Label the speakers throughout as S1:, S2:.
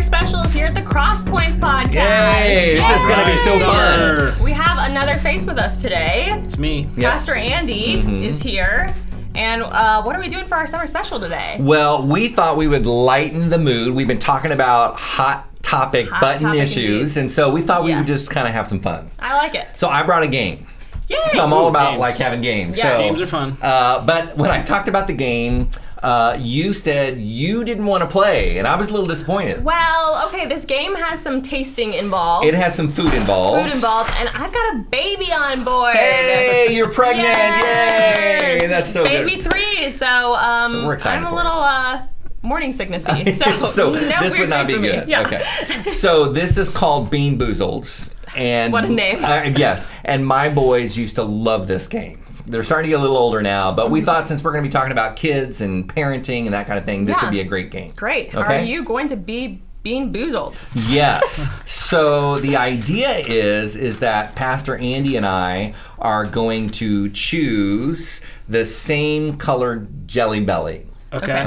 S1: socials here at the Cross Points Podcast.
S2: Yay! This is gonna be so fun.
S1: We have another face with us today.
S2: It's me.
S1: Pastor Andy
S2: Mm-hmm.
S1: is here. And uh, what are we doing for our summer special today?
S2: Well, we thought we would lighten the mood. We've been talking about hot topic
S1: Hot
S2: button
S1: topic
S2: issues,
S1: indeed.
S2: and so we thought we would
S1: Yes.
S2: just kind of have some fun.
S1: I like it.
S2: So I brought a game.
S1: Yay!
S2: So I'm all about
S3: games.
S2: like having games.
S1: Yeah.
S2: So,
S1: Games
S3: are fun.
S2: Uh, but when I talked about the game, uh, you said you didn't want to play, and I was a little disappointed.
S1: well, okay, this game has some tasting involved,
S2: It has some food involved.
S1: food involved, and I've got a baby on board.
S2: Hey, you're pregnant!
S1: Yes!
S2: Yay! That's so
S1: baby
S2: good.
S1: three. So, um,
S2: So we're excited
S1: I'm
S2: for
S1: a
S2: it.
S1: little uh, morning sicknessy. So,
S2: so
S1: no
S2: this
S1: weird
S2: would not
S1: thing
S2: be
S1: for me.
S2: good.
S1: Yeah.
S2: Okay. So this is called Bean Boozled. And
S1: What a name.
S2: Uh, yes. And my boys used to love this game. They're starting to get a little older now, but
S1: Mm-hmm.
S2: we thought since we're going to be talking about kids and parenting and that kind of thing, this
S1: Yeah.
S2: would be a great game.
S1: Great.
S2: Okay.
S1: Are you going to be being boozled?
S2: Yes. so the idea is is that Pastor Andy and I are going to choose the same colored jelly belly.
S3: Okay.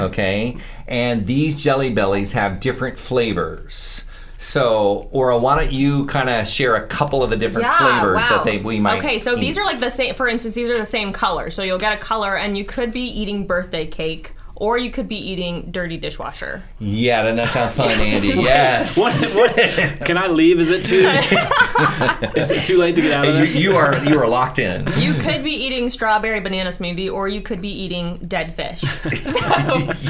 S2: Okay. And these jelly bellies have different flavors. So, Aura, why don't you kind of share a couple of the different flavors that they we might
S1: Okay, so these
S2: eat.
S1: are like the same. For instance, these are the same color. So you'll get a color, and you could be eating birthday cake, or you could be eating dirty dishwasher.
S2: Yeah, doesn't that sound fun, Andy? yes.
S3: What, what, can I leave? Is it too? is it too late to get out of
S2: You,
S3: this?
S2: you are you are locked in.
S1: You could be eating strawberry banana smoothie, or you could be eating dead fish.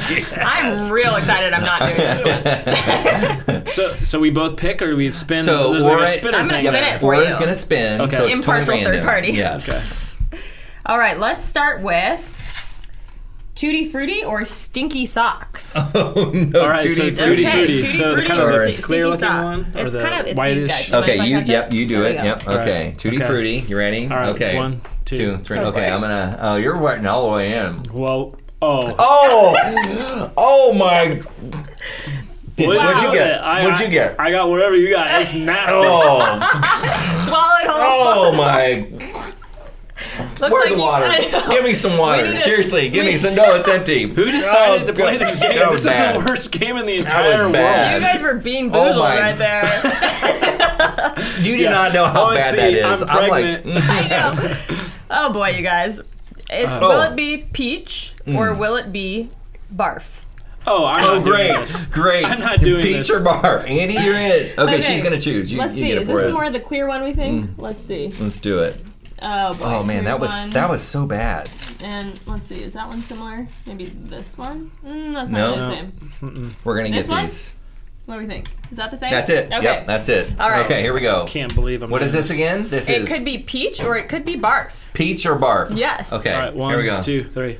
S1: So I'm real excited. I'm not doing this one.
S3: so, so we both pick, or we spin.
S2: So,
S3: there's like
S2: or-
S3: a spinner
S1: I'm gonna
S3: thing.
S1: spin it. for
S2: Aura's
S1: you.
S2: gonna spin.
S3: Okay.
S2: So it's
S1: Impartial
S2: totally
S1: third
S2: random.
S1: party.
S2: Yes.
S1: All right, let's start with. Tutti Frutti or Stinky Socks?
S2: Oh no,
S3: All right, so
S2: Tutti
S3: tutti
S1: Okay,
S2: Frutti.
S3: frutti.
S1: tutti
S3: So the
S1: frutti
S3: kind of
S2: or
S3: the
S1: stinky
S3: clear looking
S1: sock.
S3: one, or
S1: It's
S3: the
S1: kind of- it's these
S3: whitish.
S1: guys.
S2: Okay,
S1: Mind if I
S2: you
S1: catch
S2: yep,
S1: it?
S2: you do
S1: There
S2: it.
S1: we go.
S2: Yep.
S3: All right.
S2: Okay. Tutti
S3: Okay.
S2: Frutti. You ready?
S3: right,
S2: Okay.
S3: one, two.
S2: two, three. Okay,
S1: Okay.
S2: I'm gonna oh you're wetting all the way in.
S3: Well, oh,
S2: Oh, oh my! Did,
S3: What-
S2: What'd you get?
S3: I,
S2: what'd you get?
S3: I, I got whatever you got. It's nasty.
S2: oh,
S1: Swallow it whole.
S2: oh my!
S1: Looks
S2: Where's
S1: like
S2: the
S1: you-
S2: water?
S1: I know.
S2: Give me some water.
S1: need a-
S2: Seriously, give
S1: we-
S2: me some. No, it's empty.
S3: Who decided
S2: Oh,
S3: to play
S2: God.
S3: this game?
S2: That was
S3: This is
S2: bad.
S3: the worst game in the
S2: That was
S3: entire
S2: bad.
S3: world.
S1: You guys were being
S2: Oh
S1: boozled
S2: my-
S1: right there.
S2: You do
S3: Yeah.
S2: not know how
S3: Oh, and
S2: bad
S3: see,
S2: that is.
S3: I'm
S2: like,
S3: pregnant.
S2: mm,
S1: I know. Oh boy, you guys. It,
S2: Uh, oh.
S1: will it be peach
S2: Mm.
S1: or will it be barf?
S3: Oh, I'm
S2: oh
S3: not doing
S2: great,
S3: this.
S2: great.
S3: I'm not doing
S2: Beach
S3: this.
S2: or bar, Andy, you're in it. Okay, she's gonna choose. You,
S1: Let's
S2: you
S1: see.
S2: get it
S1: Is
S2: for
S1: this
S2: us.
S1: more the clear one we think? Let's see.
S2: Let's do it.
S1: Oh boy.
S2: Oh
S1: here's
S2: man, that was
S1: one.
S2: that was so bad.
S1: And let's see. Is that one similar? Maybe this one? Mm, that's
S2: No.
S1: not really
S2: No.
S1: the same.
S2: We're gonna
S1: This
S2: get
S1: one?
S2: these.
S1: What do we think? Is that the same?
S2: That's it.
S1: Okay.
S2: Yep, that's it.
S1: All right.
S2: Okay, here we go.
S3: Can't believe I'm.
S2: What is
S3: doing
S2: this again? This
S1: it
S2: is
S1: could be peach or it could be barf.
S2: peach or barf.
S1: Yes.
S2: Okay.
S3: All right, one,
S2: here we go.
S3: two, three.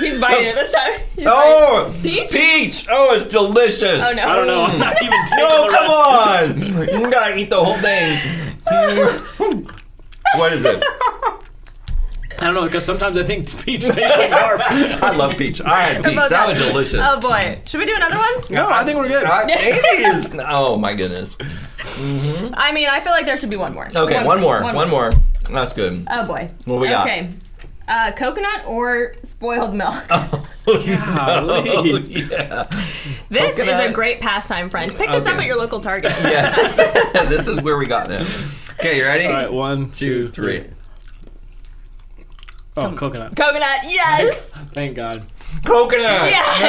S1: He's biting it this time. He's
S2: Oh,
S1: biting- peach.
S2: peach! Oh, it's delicious.
S1: Oh no.
S3: I don't know. I'm not even taking
S2: Mm. No,
S3: the
S2: come
S3: rest.
S2: on! You gotta eat the whole thing. what is it?
S3: I don't know because sometimes I think peach tastes like barf.
S2: I love peach. I had peach.
S1: about
S2: That
S1: that?
S2: was delicious. Uh,
S1: Oh boy. Should we do another one?
S3: No, I think we're good.
S2: I- it is- oh my goodness.
S1: I mean, I feel like there should be one more.
S2: Okay, one, more. One, more. That's good.
S1: Oh boy.
S2: What we got?
S1: Okay. Uh, coconut or spoiled milk?
S2: Oh,
S3: Golly.
S2: yeah.
S1: this is
S2: coconut.
S1: a great pastime, friends. Pick this up
S2: Okay.
S1: at your local Target.
S2: Yes. this is where we got them. Okay, you ready?
S3: All right, one,
S2: Two,
S3: two,
S2: three.
S3: Oh, coconut.
S1: Coconut, yes.
S3: Thank God.
S2: Coconut.
S1: Yes.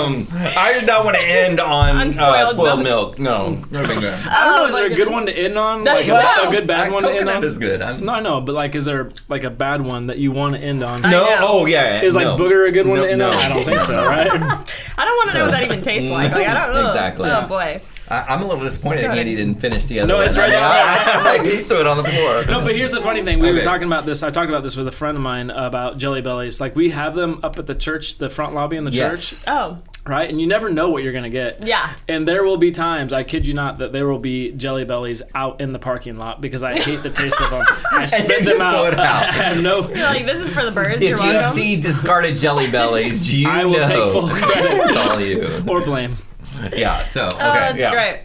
S2: Um, I did not want to end on uh,
S1: Unspoiled
S2: spoiled milk. No. No, big deal.
S3: I don't know.
S1: my
S3: Is there a good
S1: goodness.
S3: one to end on? Like
S1: Wow.
S3: a good bad
S2: Uh,
S3: one to end
S2: coconut
S3: on?
S2: is good. I'm,
S3: No, I know, but like, is there like a bad one that you want to end on?
S2: no.
S1: know.
S2: Oh yeah.
S3: Is like
S2: no.
S3: booger a good one
S2: No,
S3: to end
S2: no.
S3: on? I don't think so,
S1: I
S3: right?
S1: don't want to know what that even tastes like. Like I don't know.
S2: Exactly.
S1: Oh boy.
S2: I, I'm a little disappointed Andy didn't finish the other.
S3: No,
S2: one.
S3: it's right there.
S2: I, he threw it on the floor.
S3: No, but here's the funny thing. We were
S2: Okay.
S3: talking about this. I talked about this with a friend of mine about Jelly Bellies. Like, we have them up at the church, the front lobby in the church.
S2: Yes.
S1: Oh.
S3: right? And you never know what you're gonna get.
S1: Yeah.
S3: And there will be times, I kid you not, that there will be jelly bellies out in the parking lot because I hate the taste of them. I spit
S2: just
S3: them
S2: throw
S3: out.
S2: it out.
S3: I have no.
S1: You're like this is for the birds.
S2: If
S1: You're
S2: you
S1: welcome.
S2: see discarded jelly bellies, you
S3: I will
S2: know
S3: take full credit
S2: it's all you.
S3: or blame.
S2: Yeah. So okay.
S1: Oh, that's
S2: yeah.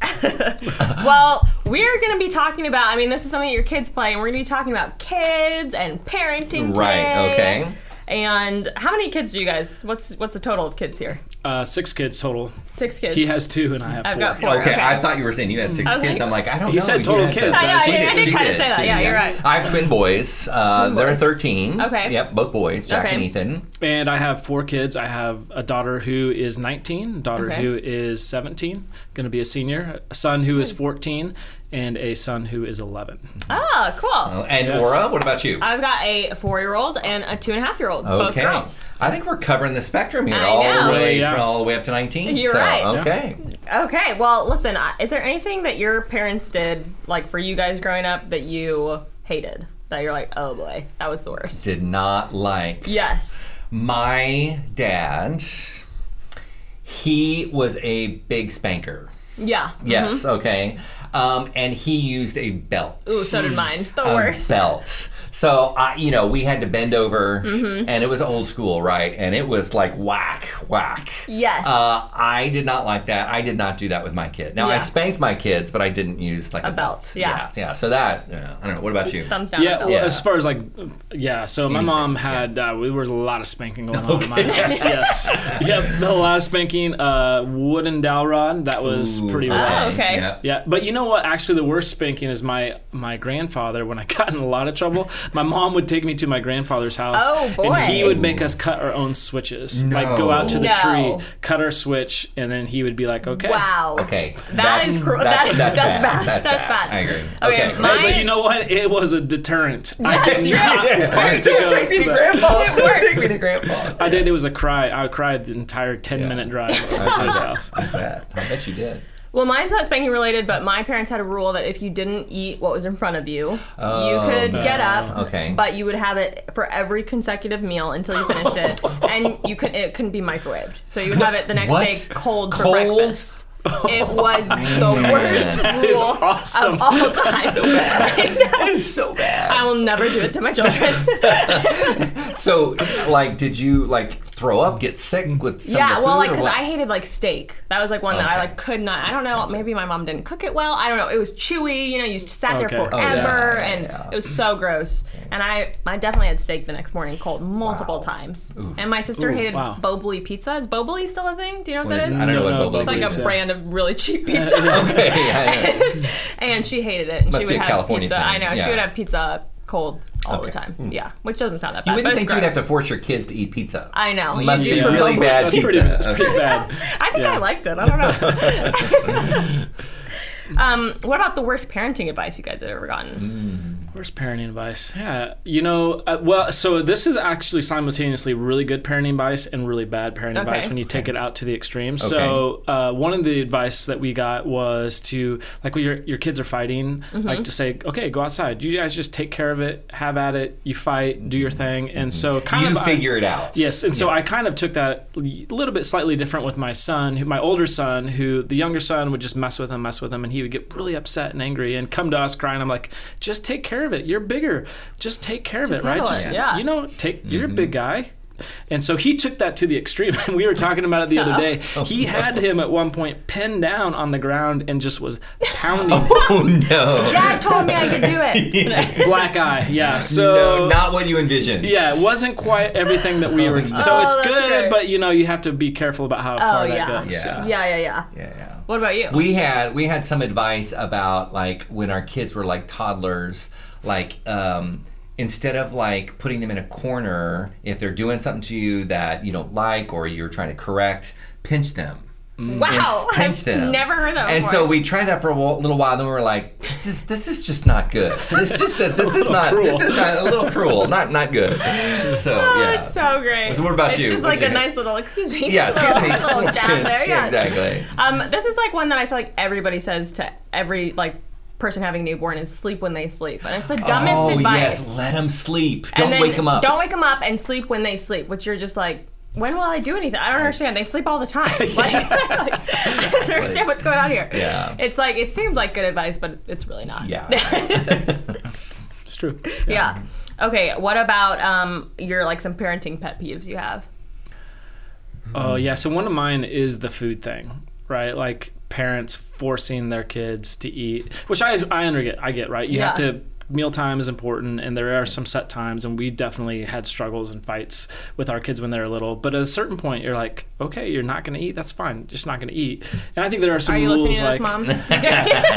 S1: great. well, we're going to be talking about, I mean, this is something your kids play, and we're going to be talking about kids and parenting
S2: Right,
S1: today.
S2: okay.
S1: And how many kids do you guys? What's what's the total of kids here?
S3: Uh, six kids total.
S1: Six kids.
S3: He has two, and I have
S1: I've
S3: four.
S1: got four.
S2: Okay,
S1: Okay.
S2: I thought you were saying you had six
S1: I was
S2: kids.
S1: like-
S2: I'm like, I don't know.
S3: He said
S2: You
S3: total
S2: had
S3: kids.
S2: sex.
S3: Yeah,
S2: she
S1: yeah, I
S2: did.
S1: did
S2: she
S1: kinda
S2: did.
S1: say that.
S2: She
S1: Yeah,
S2: did.
S1: you're right.
S2: I have twin boys. Uh,
S1: Twin
S2: They're
S1: boys.
S2: 13.
S1: Okay.
S2: Yep, both boys, Jack and
S1: Okay.
S2: Ethan.
S3: And I have four kids. I have a daughter who is 19, daughter
S1: Okay.
S3: who is 17, going to be a senior, a son who is
S1: Hmm.
S3: 14, and a son who is 11.
S1: Ah, cool.
S2: Oh, And
S3: Yes.
S2: Laura, what about you?
S1: I've got a four-year-old and a two and a half-year-old, both
S2: Okay.
S1: girls.
S2: I think we're covering the spectrum here,
S1: I
S2: all
S1: know.
S2: the way
S3: Yeah.
S2: from all the way up to 19.
S1: You're
S2: so,
S1: right. Yeah.
S2: Okay.
S1: Okay, well, listen, I- is there anything that your parents did, like for you guys growing up, that you hated? That you're like, oh boy, that was the worst.
S2: Did not like
S1: Yes.
S2: my dad. He was a big spanker.
S1: Yeah.
S2: Yes. Okay. Um, and he used a belt.
S1: Ooh, so did mine. The
S2: a
S1: worst.
S2: belt. So I, you know, we had to bend over,
S1: Mm-hmm.
S2: and it was old school, right? And it was like whack, whack.
S1: Yes.
S2: Uh, I did not like that. I did not do that with my kid. Now I
S1: Yeah.
S2: spanked my kids, but I didn't use like a,
S1: belt, yeah.
S2: yeah. So that yeah, I don't know. What about you?
S1: Thumbs down.
S3: Yeah,
S1: thumbs
S3: well,
S1: up.
S3: as far as like, yeah. So my mom had uh, there was a lot of spanking going on in my house. Yes, yep, a lot of spanking. Uh, wooden dowel rod that was
S2: Ooh,
S1: Ah.
S3: pretty rough.
S1: okay.
S2: Yeah.
S3: Yeah, but you know what? Actually, the worst spanking is my my grandfather. When I got in a lot of trouble, my mom would take me to my grandfather's house.
S1: Oh, boy.
S3: And he would make us cut our own switches. Like go out to the
S1: No.
S3: tree, cut our switch, and then he would be like, "Okay."
S1: Wow.
S2: Okay.
S1: That is cruel. That is that's bad.
S2: That's, bad. I agree.
S1: Okay,
S3: Hey,
S1: mine-
S3: but you know what? It was a deterrent. I
S1: That's
S3: did not
S1: true.
S3: want to
S2: Don't
S3: go
S2: take me to
S3: that.
S2: grandpa's. Don't
S1: worked.
S2: take me to grandpa's.
S3: I did. It was a cry. I cried the entire ten minute drive to his house.
S2: I bet. I bet you did.
S1: Well, mine's not spanking related, but my parents had a rule that if you didn't eat what was in front of you,
S2: Oh,
S1: you could get up,
S2: Okay.
S1: but you would have it for every consecutive meal until you finished it, and you could it couldn't be microwaved, so you would have it the next
S2: What?
S1: day cold,
S2: Cold?
S1: for breakfast. It was the worst
S3: That is
S1: rule
S3: awesome.
S1: of all time.
S2: that is so bad.
S1: I will never do it to my children.
S2: So, like, did you like throw up, get sick with some
S1: yeah,
S2: of the
S1: well,
S2: food,
S1: like
S2: or
S1: because
S2: what?
S1: I hated like steak. That was like one that I
S2: Okay.
S1: like could not. I don't know. Maybe my mom didn't cook it well. I don't know. It was chewy. You know, you sat there
S3: Okay.
S1: forever,
S3: Oh,
S2: yeah, yeah,
S1: and
S2: yeah.
S1: it was so gross. And I, I definitely had steak the next morning, cold multiple times. And my sister
S3: Ooh,
S1: hated
S3: wow.
S1: Boboli pizza. Is Boboli still a thing? Do you know what,
S2: What
S1: that
S2: is
S1: is?
S2: it? I don't know
S3: No,
S2: what
S3: no,
S2: bubble
S1: It's like
S2: is.
S1: a brand of really cheap pizza.
S2: Okay, yeah, yeah.
S1: and she hated it. And
S2: Must
S1: she
S2: be a
S1: would have
S2: California
S1: pizza.
S2: thing,
S1: I know.
S2: yeah.
S1: She would have pizza cold all
S2: Okay. Hmm.
S1: the time. Yeah, which doesn't sound that
S2: You
S1: bad.
S2: wouldn't
S1: but
S2: think
S1: it's
S2: you'd have
S1: gross.
S2: to force your kids to eat pizza.
S1: I know.
S2: Must
S1: You
S2: be
S1: do for
S2: really
S1: Boboli.
S2: bad
S3: That's pretty,
S2: pizza.
S3: that's pretty bad.
S1: I think
S3: Yeah.
S1: I liked it. I don't know. um, what about the worst parenting advice you guys have ever gotten?
S3: Worst parenting advice? Yeah, you know, uh, well, so this is actually simultaneously really good parenting advice and really bad parenting advice
S1: Okay.
S3: when you take it out to the extreme. So uh, one of the advice that we got was to like when your your kids are fighting, like to say, okay, go outside. You guys just take care of it, have at it. You fight, do your thing, and so kind
S2: You
S3: of I-
S2: figure it out.
S3: Yes, and so I kind of took that a little bit slightly different with my son, who, my older son, who the younger son would just mess with him, mess with him, and he would get really upset and angry and come to us crying. I'm like, just take care of it. You're bigger. Just take care of it, right?
S1: handle
S3: Just,
S1: it, yeah.
S3: You know, take. You're a big guy. And so he took that to the extreme. And we were talking about it the
S1: Oh.
S3: other day. He had him at one point pinned down on the ground and just was pounding
S2: Oh no.
S1: Dad told me I could do it.
S3: black eye. Yeah. So
S2: No, not what you envisioned.
S3: yeah, it wasn't quite everything that we were. ex- so
S1: Oh,
S3: it's
S1: that's
S3: good,
S1: good.
S3: but you know you have to be careful about how far that
S1: yeah.
S3: goes.
S2: Yeah.
S1: yeah, yeah, yeah.
S2: Yeah, yeah.
S1: What about you?
S2: We had we had some advice about like when our kids were like toddlers, like um, instead of like putting them in a corner, if they're doing something to you that you don't like or you're trying to correct, pinch them.
S1: wow,
S2: and pinch
S1: I've
S2: them.
S1: never heard that
S2: And
S1: before.
S2: so we tried that for a wa- little while, then we were like, "This is this is just not good. This just this is not
S3: cruel.
S2: this is not a little cruel. Not not good." So
S1: Oh,
S2: yeah.
S1: it's so great.
S2: So what about
S1: it's
S2: you?
S1: It's just like
S2: What'd you
S1: a
S2: do?
S1: nice little, excuse me,
S2: yeah, excuse me.
S1: little, little jab
S2: Pinch,
S1: there.
S2: yeah,
S1: yes.
S2: exactly.
S1: Um, this is like one that I feel like everybody says to every like person having a newborn is sleep when they sleep, and it's the dumbest
S2: oh
S1: advice.
S2: yes, let them sleep.
S1: And
S2: Don't
S1: then
S2: wake them up.
S1: Don't wake them up and sleep when they sleep, which you're just like, when will I do anything? I don't understand. They sleep all the time. Like, like, I don't understand what's going on here.
S2: Yeah.
S1: It's like, it seems like good advice, but it's really not.
S2: Yeah.
S3: It's true.
S1: yeah. Okay, what about um, your, like, some parenting pet peeves you have?
S3: Oh yeah. So one of mine is the food thing, right? Like parents forcing their kids to eat, which I I under get I get right. You have
S1: Yeah.
S3: to mealtime is important and there are some set times and we definitely had struggles and fights with our kids when they were little but at a certain point you're like okay you're not going to eat that's fine just not going to eat and i think there are some
S1: Are you
S3: rules
S1: listening to
S3: like
S1: this, mom?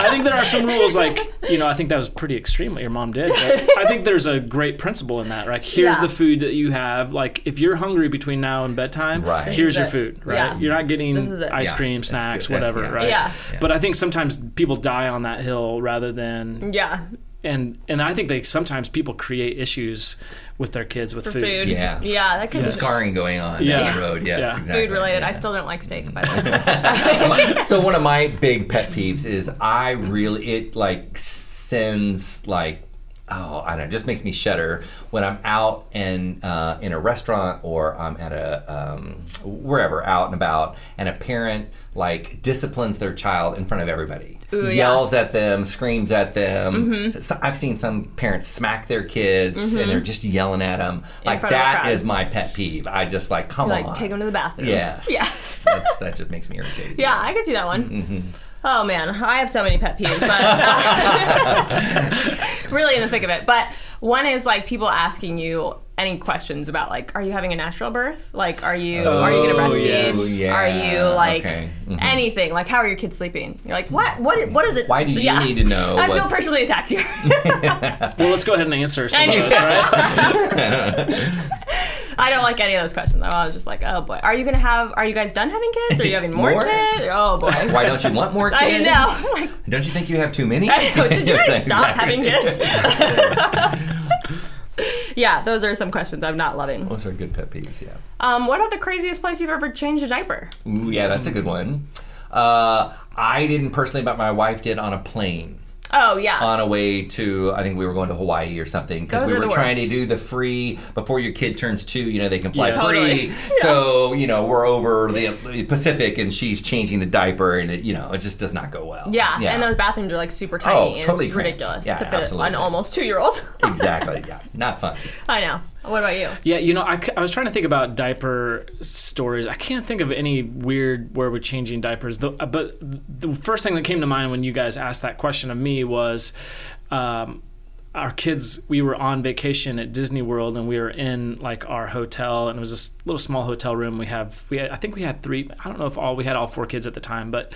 S3: I think there are some rules like you know I think that was pretty extreme what your mom did. But I think there's a great principle in that. Like here's
S1: Yeah.
S3: the food that you have. Like if you're hungry between now and bedtime,
S2: Right. This
S3: here's
S1: is
S3: your
S1: it.
S3: food. Right,
S1: Yeah.
S3: you're not getting
S1: This is it.
S3: ice
S2: Yeah.
S3: cream,
S2: That's
S3: snacks,
S2: good. That's-
S3: whatever.
S2: yeah.
S3: Right.
S1: Yeah.
S3: But I think sometimes people die on that hill rather than
S1: yeah.
S3: and and I think they sometimes people create issues with their kids with
S1: For
S3: food.
S1: food.
S2: Yeah.
S1: Yeah, that could
S2: Some
S1: be
S2: scarring going on
S3: Yeah.
S2: down the road. Yes,
S3: Yeah.
S2: exactly.
S1: food related.
S2: yeah.
S1: I still don't like steak, by the way.
S2: My- so one of my big pet peeves is I really it like sends like oh I don't know it just makes me shudder when I'm out and uh, in a restaurant or I'm at a um, wherever out and about and a parent like disciplines their child in front of everybody
S1: Ooh, yeah. Mm-hmm.
S2: yells at them screams at them So- I've seen some parents smack their kids and they're just yelling at them like
S1: front of a
S2: that
S1: crowd.
S2: is my pet peeve I just like come
S1: like,
S2: on
S1: take them to the bathroom.
S2: yes
S1: Yeah.
S2: That's, that just makes me irritated
S1: Yeah, I could see that one. Oh man, I have so many pet peeves, but uh, really in the thick of it. But one is like people asking you any questions about like, are you having a natural birth? Like, are you are you gonna
S3: Oh,
S1: breastfeed?
S3: yes.
S2: Yeah,
S1: Are you like
S2: okay. Mhm.
S1: anything? Like, how are your kids sleeping? You're like, what? What? What is it?
S2: Why do you
S1: Yeah.
S2: need to know?
S1: I feel
S2: what's-
S1: personally attacked here.
S3: Well, let's go ahead and answer some
S1: I
S3: of
S1: know.
S3: those, right?
S1: I don't like any of those questions. I was just like, oh boy, are you gonna have? Are you guys done having kids? Are you having more,
S2: More?
S1: kids? Oh boy,
S2: Why don't you want more
S1: I
S2: kids?
S1: know. Like,
S2: Don't you think you have too many?
S1: I know. Should you guys
S2: Yes,
S1: stop
S2: exactly.
S1: having kids? yeah, those are some questions I'm not loving.
S2: Those are good pet peeves, yeah.
S1: Um, what about the craziest place you've ever changed a diaper?
S2: Ooh, yeah, that's a good one. Uh, I didn't personally, but my wife did on a plane.
S1: Oh yeah.
S2: on a way to I think we were going to Hawaii or something because
S1: Those
S2: we
S1: are
S2: were
S1: the
S2: trying to
S1: worst.
S2: do the free before your kid turns two. You know they can fly
S3: Yes.
S2: free,
S1: Totally.
S2: so you know we're over the Pacific and she's changing the diaper and it you know it just does not go well.
S1: yeah, and those bathrooms are like super tiny.
S2: Oh,
S1: and
S2: totally
S1: it's
S2: cramped.
S1: ridiculous
S2: Yeah,
S1: to fit
S2: absolutely.
S1: an almost two-year-old.
S2: exactly. Yeah, not fun.
S1: I know. What about you?
S3: Yeah, you know, I, c- I was trying to think about diaper stories. I can't think of any weird where we're changing diapers. The, uh, but the first thing that came to mind when you guys asked that question of me was um, our kids, we were on vacation at Disney World and we were in like our hotel and it was this little small hotel room. We have, we had, I think we had three, I don't know if all, we had all four kids at the time, but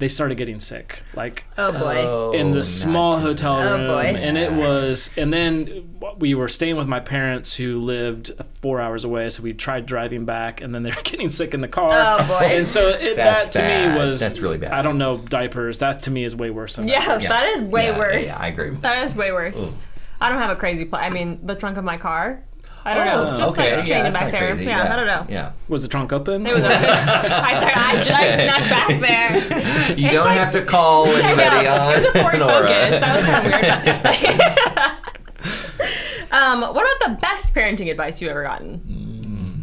S3: they started getting sick. Like,
S1: Oh boy.
S3: in the
S2: not
S3: small hotel
S1: Oh,
S3: room
S1: boy.
S3: and it was and then we were staying with my parents who lived four hours away so we tried driving back and then they were getting sick in the car
S1: Oh, boy.
S3: and so it, that
S2: That's
S3: to
S2: bad.
S3: me was
S2: That's really bad.
S3: i don't know diapers that to me is way worse than
S1: yeah,
S3: diapers.
S1: that is way
S2: Yeah, yeah,
S1: worse.
S2: yeah, I agree with
S1: That is way worse. I don't have a crazy place. I mean, the trunk of my car. I don't know. Just
S2: Oh, okay,
S1: like
S2: yeah,
S1: changing
S2: that's
S1: back
S2: not
S1: there.
S2: crazy.
S1: Yeah, I don't know.
S2: Yeah.
S3: was the trunk open
S1: It was okay. I sorry, I, j- I snuck back there.
S2: You
S1: It's
S2: don't
S1: like-
S2: have to call anybody
S1: Yeah,
S2: on.
S1: It was a Ford
S2: Nora.
S1: Focus. That was kind of weird. but- um, what about the best parenting advice you've ever gotten?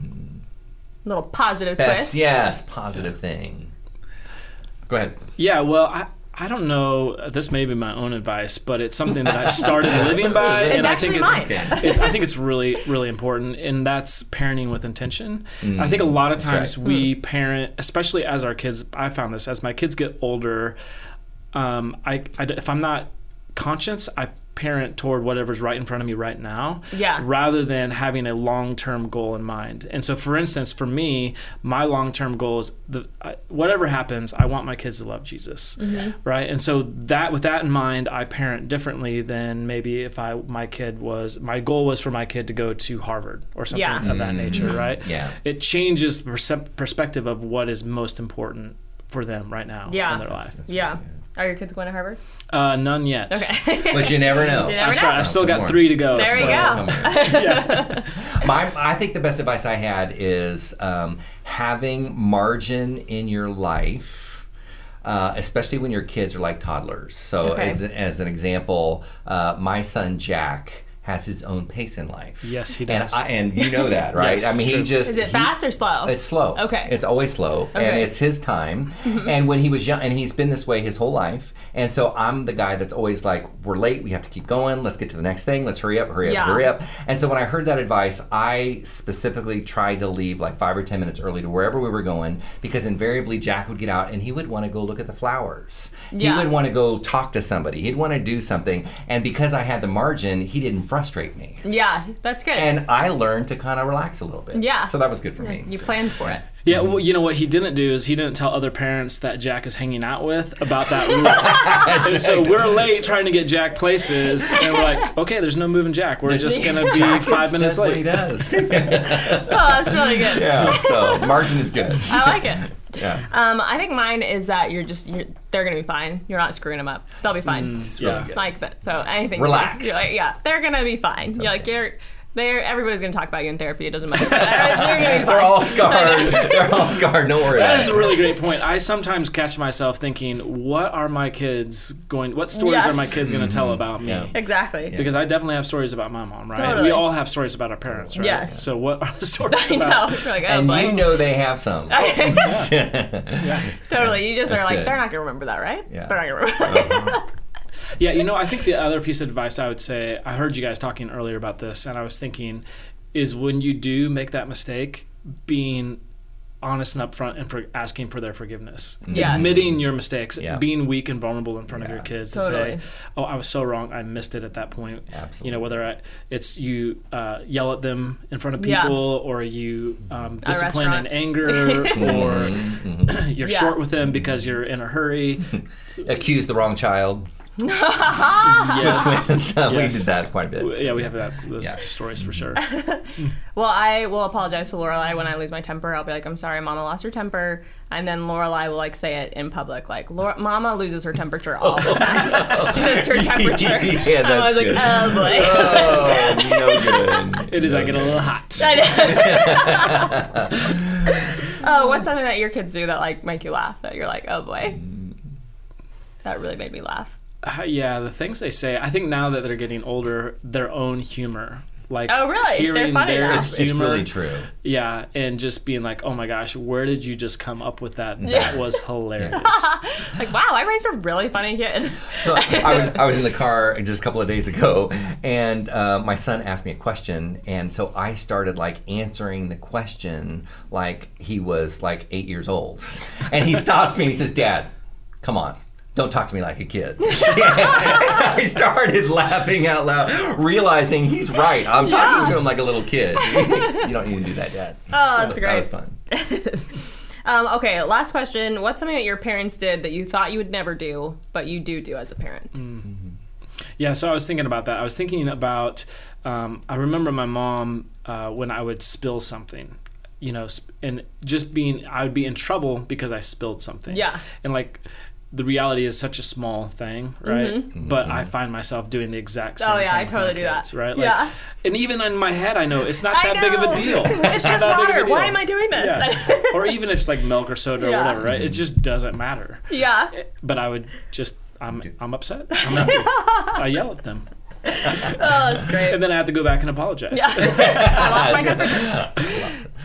S1: Little positive
S2: Best,
S1: twist.
S2: yes, positive thing. Go ahead.
S3: yeah well i I don't know. uh, This may be my own advice, but it's something that I've started living by,
S2: It's
S3: and
S1: actually
S3: I think it's,
S1: mine.
S2: Okay.
S3: it's I think it's really really important, and that's parenting with intention. I think a lot of times
S2: right.
S1: Hmm.
S3: we parent, especially as our kids. I found this as my kids get older. Um, I, I if I'm not conscious, I parent toward whatever's right in front of me right now.
S1: Yeah.
S3: Rather than having a long term goal in mind. And so, for instance, for me, my long term goal is the I, whatever happens, I want my kids to love Jesus,
S1: Mm-hmm.
S3: right? And so that with that in mind, I parent differently than maybe if I my kid was my goal was for my kid to go to Harvard or something
S1: Yeah.
S3: of that nature, right?
S2: Yeah.
S3: It changes the percep- perspective of what is most important for them right now
S1: Yeah.
S3: in their life.
S1: Yeah. Are your kids going to Harvard?
S3: Uh, none yet.
S1: Okay.
S2: But you never know.
S1: You never
S3: I'm
S1: know.
S3: sorry, I've still
S2: Good
S3: got
S2: morning.
S3: three to go.
S1: There you
S3: so-
S1: go.
S2: Come here. uh, My, I think the best advice I had is um, having margin in your life, uh, especially when your kids are like toddlers. So,
S1: Okay.
S2: as, as an example, uh, my son Jack has his own pace in life.
S3: Yes, he
S2: And
S3: does.
S2: I, and you know that, right?
S3: Yes,
S2: I mean,
S3: it's
S2: he
S3: true.
S2: just
S1: Is it
S2: he-
S1: fast or slow?
S2: It's slow.
S1: Okay.
S2: It's always slow, and
S1: Okay.
S2: it's his time. And when he was young, and he's been this way his whole life. And so I'm the guy that's always like, "We're late. We have to keep going. Let's get to the next thing. Let's hurry up, hurry up,
S1: Yeah.
S2: hurry up." And so when I heard that advice, I specifically tried to leave like five or ten minutes early to wherever we were going because invariably Jack would get out and he would want to go look at the flowers.
S1: Yeah.
S2: He would want to go talk to somebody. He'd want to do something. And because I had the margin, he didn't frustrate me.
S1: yeah, that's good.
S2: And I learned to kind of relax a little bit.
S1: Yeah.
S2: So that was good for me.
S1: you planned for it.
S3: Yeah, well, you know what he didn't do is he didn't tell other parents that Jack is hanging out with about that rule. and so we're late trying to get Jack places, and we're like, okay, there's no moving Jack. We're just gonna be five
S2: That's
S3: minutes
S2: what he
S3: late.
S2: does. yeah.
S1: Oh, that's really good.
S2: So margin is good.
S1: I like it.
S2: Yeah.
S1: Um, I think mine is that you're just you're, they're gonna be fine. You're not screwing them up. They'll be fine.
S2: It's really
S3: Yeah.
S2: good.
S1: Like that. So anything.
S2: Relax.
S1: You're like, yeah, they're gonna be fine. You're like you're. They're, everybody's gonna talk about you in therapy. It doesn't matter. They're gonna be
S2: They're
S1: fine.
S2: all scarred. They're all scarred. Don't worry.
S3: That
S2: About
S3: is
S2: it.
S3: a really great point. I sometimes catch myself thinking, what are my kids going? What stories are
S1: Yes.
S3: my kids gonna tell about me?
S2: Yeah.
S1: Exactly.
S3: Because I definitely have stories about my mom, right?
S1: Totally.
S3: We all have stories about our parents, right?
S1: Yes.
S3: So what are the stories
S1: I
S3: about?
S1: know. You're like, oh,
S2: And
S1: boy.
S2: you know they have some.
S1: totally. You just
S2: That's
S1: are like,
S2: good.
S1: they're not gonna remember that, right?
S2: Yeah. Uh-huh.
S1: They're not gonna remember. That.
S3: Yeah, you know, I think the other piece of advice I would say, I heard you guys talking earlier about this, and I was thinking, is when you do make that mistake, being honest and upfront and for asking for their forgiveness.
S1: Yes.
S3: Admitting your mistakes,
S2: Yeah.
S3: being weak and vulnerable in front of your kids
S1: Totally.
S3: to say, oh, I was so wrong. I missed it at that point. You
S2: Absolutely.
S3: know, whether I, it's you uh, yell at them in front of people
S1: Yeah.
S3: or you um, discipline in
S1: restaurant.
S3: anger or
S2: Mm-hmm.
S3: you're
S1: Yeah.
S3: short with them because you're in a hurry.
S2: Accuse the wrong child.
S3: yes.
S2: we
S3: Yes.
S2: did that quite a bit.
S3: Yeah, we have that, those
S2: Yeah.
S3: stories for sure.
S1: Well, I will apologize to Lorelai when I lose my temper. I'll be like, "I'm sorry, Mama lost her temper," and then Lorelai will like say it in public, like, Lor- "Mama loses her temperature all the time." she says her temperature.
S2: Yeah,
S1: and I was
S2: that's
S1: like,
S2: good.
S1: "Oh boy."
S2: Oh, no good.
S3: It is.
S2: No
S3: I get a
S2: good.
S3: little hot.
S1: I know. oh, what's something that your kids do that like make you laugh? That you're like, "Oh boy,"
S2: Mm.
S1: that really made me laugh.
S3: Uh, yeah, the things they say. I think now that they're getting older, their own humor. Like
S1: Oh, really? They're
S3: hearing
S1: funny
S3: their
S1: now.
S2: It's,
S3: humor,
S2: it's really true.
S3: yeah, and just being like, "Oh my gosh, where did you just come up with that? That was hilarious."
S1: Like, wow, I raised a really funny kid.
S2: So I was, I was in the car just a couple of days ago, and uh, my son asked me a question, and so I started like answering the question like he was like eight years old, and he stops me and he says, "Dad, come on." Don't talk to me like a kid. I started laughing out loud, realizing he's right. I'm talking to him like a little kid. you don't need to do that, Dad.
S1: Oh, that's
S2: That
S1: great.
S2: was fun.
S1: Um, okay, last question. What's something that your parents did that you thought you would never do, but you do do as a parent?
S2: Mm.
S3: Yeah, so I was thinking about that. I was thinking about, um, I remember my mom uh, when I would spill something, you know, sp- and just being, I would be in trouble because I spilled something.
S1: Yeah.
S3: And like, the reality is such a small thing, right? But I find myself doing the exact same
S1: Mm-hmm. Oh, yeah,
S3: thing
S1: I
S3: with my
S1: totally do that.
S3: kids, Right?
S1: Yeah.
S3: And even in my head, I know it's not
S1: I
S3: that big of a
S1: know.
S3: deal.
S1: It's
S3: not
S1: just
S3: that big of a
S1: water.
S3: deal.
S1: Why am I doing this?
S3: Yeah. or even if it's like milk or soda or
S1: Yeah.
S3: whatever, right? It just doesn't matter
S1: Yeah. Oh,
S3: but I would just I'm I'm upset. I'm angry. I yell at them,
S1: Oh, that's great.
S3: and then I have to go back and apologize.
S1: I lost my temperature.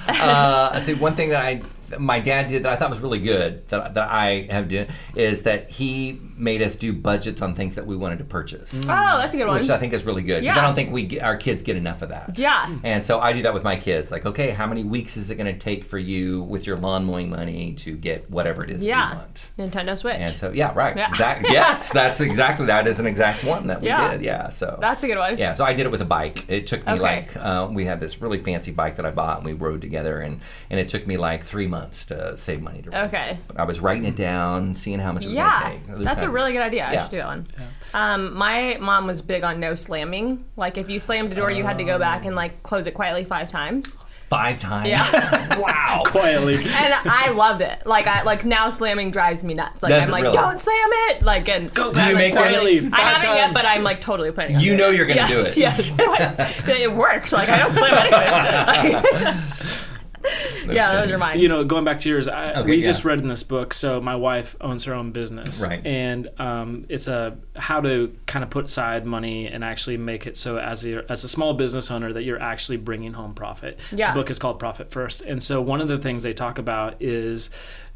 S2: uh, I say one thing that I my dad did that I thought was really good that, that I have done is that he made us do budgets on things that we wanted to purchase,
S1: Oh, that's a good one.
S2: which I think is really good because
S1: Yeah.
S2: I don't think we get, our kids get enough of that.
S1: Yeah.
S2: And so I do that with my kids. Like, okay, how many weeks is it going to take for you with your lawn mowing money to get whatever it is that you
S1: Yeah.
S2: want?
S1: Nintendo Switch.
S2: And so, yeah, right.
S1: Yeah.
S2: That, yes, that's exactly that is an exact one that we
S1: Yeah.
S2: did. Yeah. So
S1: That's a good one.
S2: yeah, so I did it with a bike. It took me
S1: Okay.
S2: like uh, we had this really fancy bike that I bought, and we rode together, and and it took me like three months to save money to. Ride.
S1: Okay.
S2: But I was writing it down, seeing how much it was
S1: Yeah.
S2: going to take. It was
S1: That's a
S2: kinda-
S1: really good idea. I
S2: Yeah.
S1: should do that one. Um, my mom was big on no slamming. Like, if you slammed a door, you had to go back and, like, close it quietly five times.
S2: five times.
S1: Yeah.
S2: wow.
S3: Quietly.
S1: And I loved it. Like, I like now slamming drives me nuts. Like,
S2: Does
S1: I'm
S2: it
S1: like,
S2: really?
S1: don't slam it. Like, and go
S2: Do you make
S3: quietly.
S2: it?
S1: I
S3: five
S1: haven't yet,
S3: times.
S1: but I'm like totally planning on
S2: You
S1: doing
S2: know
S1: it.
S2: you're gonna do
S1: Yes,
S2: it.
S1: Yes, But it worked. Like I don't slam anything. Yeah, those are mine.
S3: you know, going back to yours, I,
S2: Okay,
S3: we
S2: yeah.
S3: just read in this book. So my wife owns her own business,
S2: Right.
S3: And um, it's a how to kind of put aside money and actually make it so as a, as a small business owner that you're actually bringing home profit.
S1: Yeah.
S3: The book is called Profit First, and so one of the things they talk about is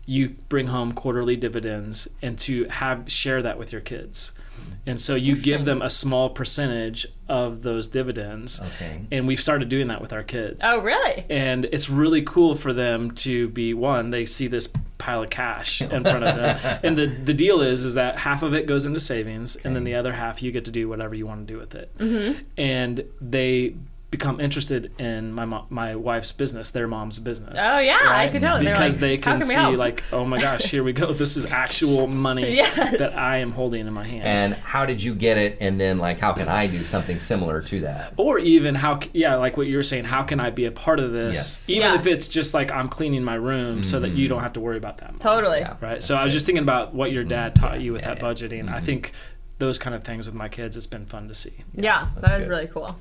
S3: you bring home quarterly dividends and to have share that with your kids.
S2: Mm-hmm.
S3: And so you give them a small percentage of those dividends.
S2: Okay.
S3: And we've started doing that with our kids
S1: Oh, really?
S3: and it's really cool for them to be one they see this pile of cash in front of them and the, the deal is is that half of it goes into savings and then the other half you get to do whatever you want to do with it
S1: Mm-hmm.
S3: and they become interested in my mo- my wife's business their mom's business
S1: Oh, yeah, I could tell. They're
S3: because
S1: like,
S3: they
S1: "How
S3: can
S1: can we
S3: see
S1: help?"
S3: like oh my gosh here we go this is actual money
S1: Yes.
S3: that i am holding in my hand
S2: And how did you get it? And then like, how can I do something similar to that?
S3: or even how c- yeah like what you were saying how can i be a part of this
S2: Yes. Mm-hmm.
S3: even
S1: Yeah.
S3: if it's just like i'm cleaning my room so that you don't have to worry about that much,
S1: Totally.
S2: Yeah.
S3: right so i was just thinking about what your dad
S2: Mm-hmm.
S3: taught you with that budgeting i think those kind of things with my kids it's been fun to see
S1: Yeah,
S2: that's
S1: that is
S2: good.
S1: really cool.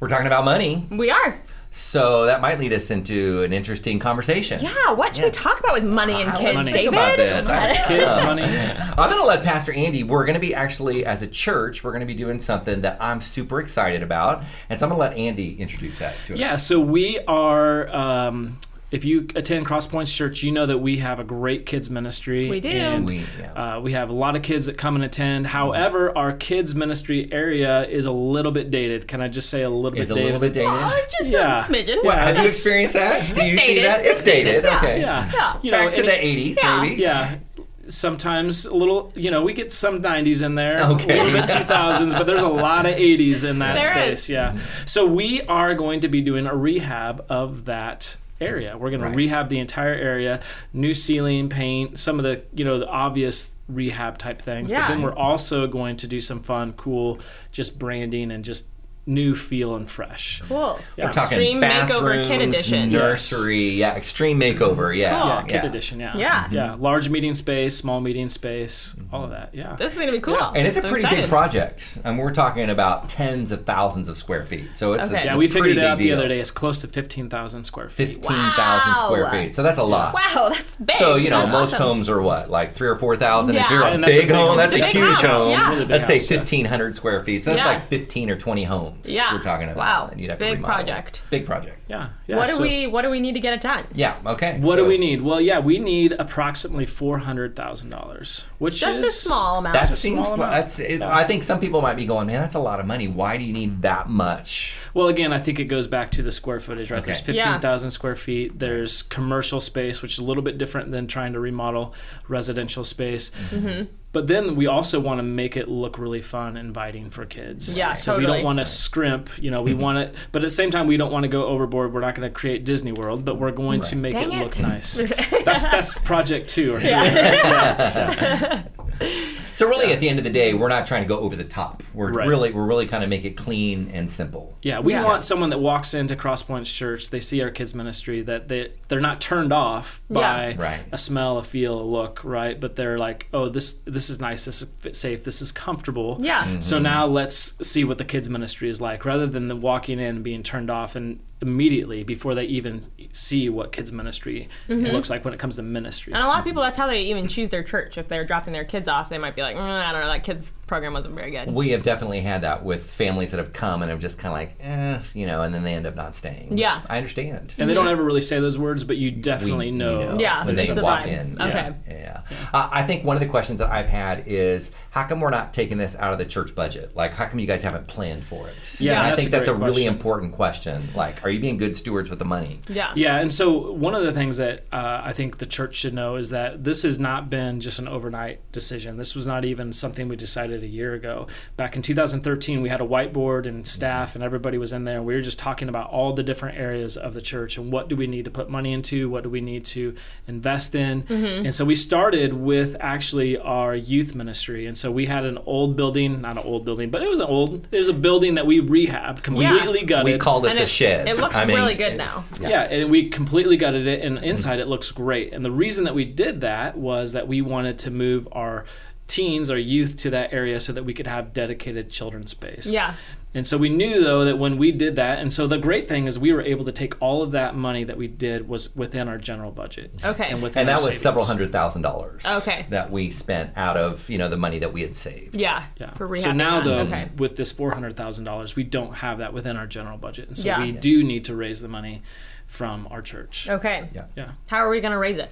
S2: We're talking about money,
S1: We are.
S2: so that might lead us into an interesting conversation.
S1: Yeah, what should we
S2: Yeah.
S1: talk about with money and
S2: I
S1: kids,
S2: wanna
S1: David?
S2: think about this. I-
S3: kids money
S2: I'm going to let Pastor Andy. We're going to be actually, as a church, we're going to be doing something that I'm super excited about. And so I'm going to let Andy introduce that to us.
S3: Yeah, so we are. Um, if you attend Cross Points Church, you know that we have a great kids ministry.
S1: We do.
S3: And,
S2: We- Mm-hmm. yeah.
S3: uh, we have a lot of kids that come and attend. However, our kids ministry area is a little bit dated. Can I just say a little
S2: Is it
S3: bit
S2: a
S3: dated?
S2: little bit dated?
S1: Oh, just
S3: Yeah.
S1: a smidgen.
S2: What, have you
S3: it's-
S2: experienced that? Do you see
S1: dated.
S2: that? It's dated. Okay.
S3: Yeah.
S1: Yeah.
S3: You know,
S2: Back to
S3: and-
S2: the 80s,
S1: Yeah.
S2: maybe.
S3: yeah sometimes a little you know we get some 90s in there
S2: Okay.
S3: a little bit 2000s but there's a lot of 80s in that
S1: There
S3: space
S1: is.
S3: yeah so we are going to be doing a rehab of that area we're going to
S2: Right.
S3: rehab the entire area new ceiling paint some of the you know the obvious rehab type things
S1: Yeah.
S3: but then we're also going to do some fun cool just branding and just new feel and fresh
S1: Cool.
S3: Yeah.
S2: We're talking
S1: Extreme Makeover Kid
S2: bathrooms,
S1: Edition.
S2: Nursery. Yeah. Extreme makeover. Yeah.
S1: Cool.
S2: yeah,
S3: kid
S2: yeah.
S3: edition yeah
S1: Yeah.
S3: yeah large meeting space small meeting space all of that yeah
S1: This is going to be cool.
S2: And it's a
S1: I'm
S2: pretty
S1: excited.
S2: big project. and we're talking about tens of thousands of square feet. So it's,
S1: Okay.
S2: it's
S3: Yeah,
S2: a
S3: we
S2: pretty
S3: figured
S2: big
S3: it out the
S2: deal.
S3: other day. It's close to 15,000 square feet.
S2: Fifteen thousand
S1: Wow.
S2: square feet. So that's a lot.
S1: Wow, that's big.
S2: So you know,
S1: That's
S2: most
S1: awesome.
S2: homes are what, like three or four thousand. If
S1: Yeah.
S2: you're a
S3: And that's a
S2: big
S3: big
S2: home,
S3: home.
S2: that's a
S1: It's a big
S2: huge
S1: house,
S2: home.
S1: yeah.
S3: Really big
S2: Let's say
S3: house, yeah.
S2: fifteen hundred square feet. So that's
S1: Yeah.
S2: like fifteen or twenty homes.
S1: Yeah.
S2: we're talking about.
S1: Wow.
S2: and you'd have to
S1: Big
S2: remodel.
S1: project.
S2: Big project.
S3: Yeah. yeah
S1: what do
S3: so-
S1: we What do we need to get it done?
S2: Yeah. Okay.
S3: What
S2: So
S3: do we need? Well, yeah, we need approximately $400,000, which
S1: Just
S3: is
S1: a small amount.
S2: That
S3: a
S2: seems. li-
S3: small amount.
S2: That's. It,
S3: Yeah.
S2: I think some people might be going, man, that's a lot of money. Why do you need that much?
S3: Well, again, I think it goes back to the square footage, right? There's
S2: Okay.
S1: Yeah.
S3: 15,000 square feet. There's commercial space, which is a little bit different than trying to remodel residential space.
S1: Mm-hmm.
S3: But then we also want to make it look really fun, and inviting for kids.
S1: Yeah,
S3: so we
S1: totally.
S3: don't want to scrimp. You know, we want to, but at the same time, we don't want to go overboard. We're not going to create Disney World, but we're going to make
S1: Dang
S3: it,
S1: it.
S3: look nice. that's that's project two. Or three.
S2: So really, at the end of the day, we're not trying to go over the top. We're
S3: Right.
S2: really, we're really kind of make it clean and simple.
S3: Yeah, we
S1: Yeah.
S3: want someone that walks into Crosspoints Church, they see our kids ministry, that they they're not turned off by
S1: Yeah.
S2: Right.
S3: a smell, a feel, a look, right? But they're like, oh, this this is nice, this is f- safe, this is comfortable.
S1: Yeah. Mhm.
S3: So now let's see what the kids ministry is like, rather than them walking in and being turned off and immediately before they even see what kids ministry
S1: Mm-hmm.
S3: looks like when it comes to ministry.
S1: And a lot of people, that's how they even choose their church. If they're dropping their kids off, they might be like, mm, I don't know, that kids program wasn't very good.
S2: We have definitely had that with families that have come and have just kind of like, eh, you know, and then they end up not staying. which
S1: Yeah.
S2: I understand.
S3: And they don't ever really say those words, but you definitely know.
S1: Yeah,
S2: when
S1: it's
S2: they
S1: the
S2: walk
S1: vibe.
S2: in.
S1: Okay.
S2: Yeah. yeah. Uh, I think one of the questions that I've had is how come we're not taking this out of the church budget? Like, how come you guys haven't planned for it?
S3: Yeah,
S2: And I
S3: that's
S2: think
S3: a
S2: that's a
S3: great
S2: really
S3: question.
S2: important question. Like, are you being good stewards with the money?
S1: Yeah.
S3: Yeah, and so one of the things that uh, I think the church should know is that this has not been just an overnight decision. This was not even something we decided a year ago. Back in 2013, we had a whiteboard and staff, and everybody was in there. We were just talking about all the different areas of the church and what do we need to put money into, what do we need to invest in. And so we started with actually our youth ministry. And so we had an old building, not an old building, but it was an old, it was a building that we rehabbed, completely gutted.
S2: We called it
S1: And
S2: the
S1: it-
S2: shed.
S1: it looks really good now.
S2: Yeah.
S3: Yeah. and we completely gutted it, and inside it looks great. And the reason that we did that was that we wanted to move our teens or youth to that area so that we could have dedicated children's space.
S1: Yeah.
S3: And so we knew though that when we did that, and so the great thing is we were able to take all of that money that we did was within our general budget.
S1: Okay.
S3: And, within
S2: and
S3: our
S2: that was
S3: savings.
S2: several hundred thousand dollars.
S1: Okay.
S2: That we spent out of you know the money that we had saved.
S1: Yeah.
S3: Yeah.
S1: For rehabbing
S3: so now
S1: that.
S3: though,
S1: okay.
S3: with this four hundred thousand dollars, we don't have that within our general budget, and so
S1: Yeah.
S3: we
S1: Yeah.
S3: do need to raise the money from our church.
S1: Okay.
S2: Yeah.
S3: Yeah.
S1: How are we gonna raise it?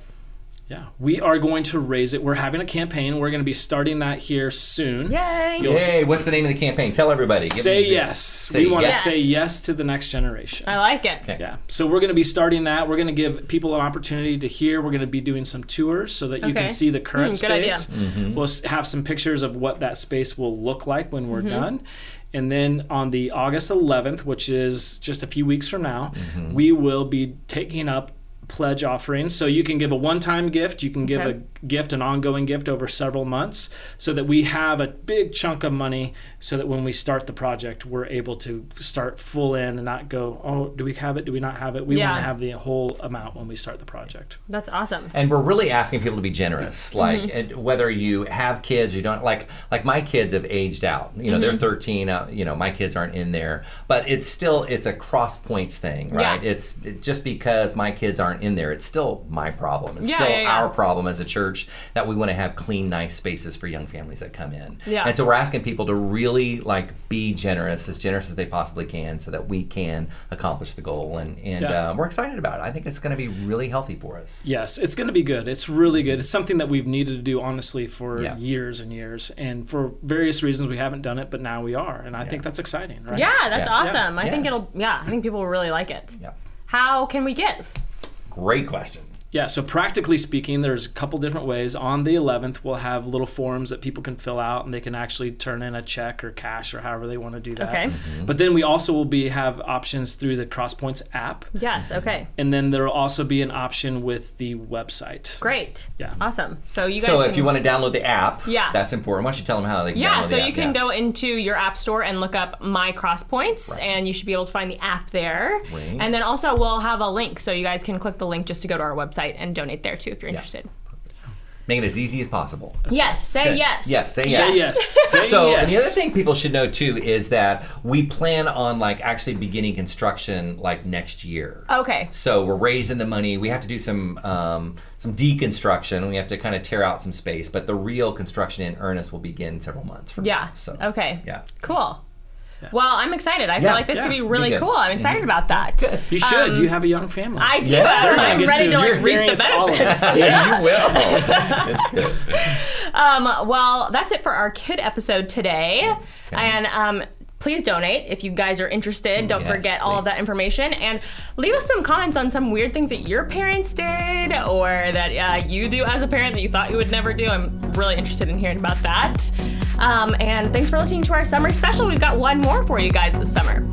S3: Yeah, we are going to raise it. We're having a campaign. We're going to be starting that here soon.
S1: Yay.
S2: Yay! What's the name of the campaign? Tell everybody. Give
S3: Say
S2: them the-
S3: yes.
S2: Say
S3: we want
S2: yes.
S3: to say yes to the next generation.
S1: I like it.
S2: Okay.
S3: yeah. So we're going to be starting that. We're going to give people an opportunity to hear. We're going to be doing some tours so that you
S1: Okay.
S3: can see the current
S1: Mm, good idea.
S3: space. We'll s- have some pictures of what that space will look like when
S1: Mm-hmm.
S3: we're done. And then on the August 11th, which is just a few weeks from now, we will be taking up pledge offerings. So you can give a one-time gift, you can give
S1: Okay.
S3: a gift, an ongoing gift over several months, so that we have a big chunk of money so that when we start the project, we're able to start full in and not go, oh, do we have it? Do we not have it? We want
S1: Yeah.
S3: to have the whole amount when we start the project.
S1: That's awesome.
S2: and we're really asking people to be
S1: Mm-hmm.
S2: generous like and whether you have kids you don't like like my kids have aged out you know
S1: Mm-hmm.
S2: they're 13 uh, you know my kids aren't in there but it's still it's a cross points thing right
S1: Yeah.
S2: it's it- just because my kids aren't in there it's still my problem it's
S1: Yeah,
S2: still
S1: yeah, yeah.
S2: our problem as a church that we want to have clean nice spaces for young families that come in
S1: Yeah.
S2: and so we're asking people to really like be generous as generous as they possibly can so that we can accomplish the goal and and
S3: Yeah.
S2: uh, we're excited about it i think it's going to be really healthy for us
S3: Yes, it's going to be good. It's really good. It's something that we've needed to do honestly for
S2: Yeah.
S3: years and years, and for various reasons we haven't done it, but now we are, and I think that's exciting, right?
S1: Yeah, that's
S2: Yeah.
S1: awesome. I think
S2: Yeah.
S1: it'll yeah, I think people will really like it.
S2: Yeah.
S1: How can we give?
S2: Great question.
S3: Yeah, so practically speaking, there's a couple different ways. On the 11th, we'll have little forms that people can fill out and they can actually turn in a check or cash or however they want to do that.
S1: Okay.
S2: Mm-hmm.
S3: But then we also will be have options through the Crosspoints app
S1: Yes, okay.
S3: and then there'll also be an option with the website.
S1: Great.
S3: Yeah.
S1: Awesome. So you guys
S2: So
S1: can,
S2: if you want to download the app,
S1: Yeah.
S2: that's important. Why don't you tell them how they can
S1: Yeah,
S2: download
S1: so
S2: the app?
S1: you can
S2: Yeah.
S1: go into your app store and look up My Cross Points,
S2: Right.
S1: and you should be able to find the app there.
S2: Right.
S1: And then also, we'll have a link, so you guys can click the link just to go to our website and donate there too if you're interested.
S2: Make it as easy as possible.
S1: Yes, say
S2: Good.
S1: yes.
S2: Yes, say
S3: Say yes. Say
S2: So,
S3: yes.
S2: and the other thing people should know too is that we plan on like actually beginning construction like next year.
S1: Okay.
S2: So we're raising the money. We have to do some um, some deconstruction. We have to kind of tear out some space, but the real construction in earnest will begin several months from
S1: Yeah.
S2: now. So
S1: okay.
S2: yeah.
S1: Cool. Well, I'm excited. I
S2: Yeah.
S1: feel like this
S3: Yeah.
S1: could be really
S2: Be good. Mm-hmm.
S1: cool. I'm excited about that.
S3: You should. you have a young family.
S1: Um, I do.
S2: Yeah. They're gonna
S1: I'm
S2: get
S1: ready
S3: to
S1: to like reap the
S3: experience all of
S1: benefits.
S2: Yeah, you will. it's good.
S1: Um, well, that's it for our kid episode today. And um, please donate if you guys are interested. Don't
S2: Yes,
S1: forget all of that
S2: please.
S1: information. And leave us some comments on some weird things that your parents did or that uh, you do as a parent that you thought you would never do. I'm really interested in hearing about that. Um, and thanks for listening to our summer special. We've got one more for you guys this summer.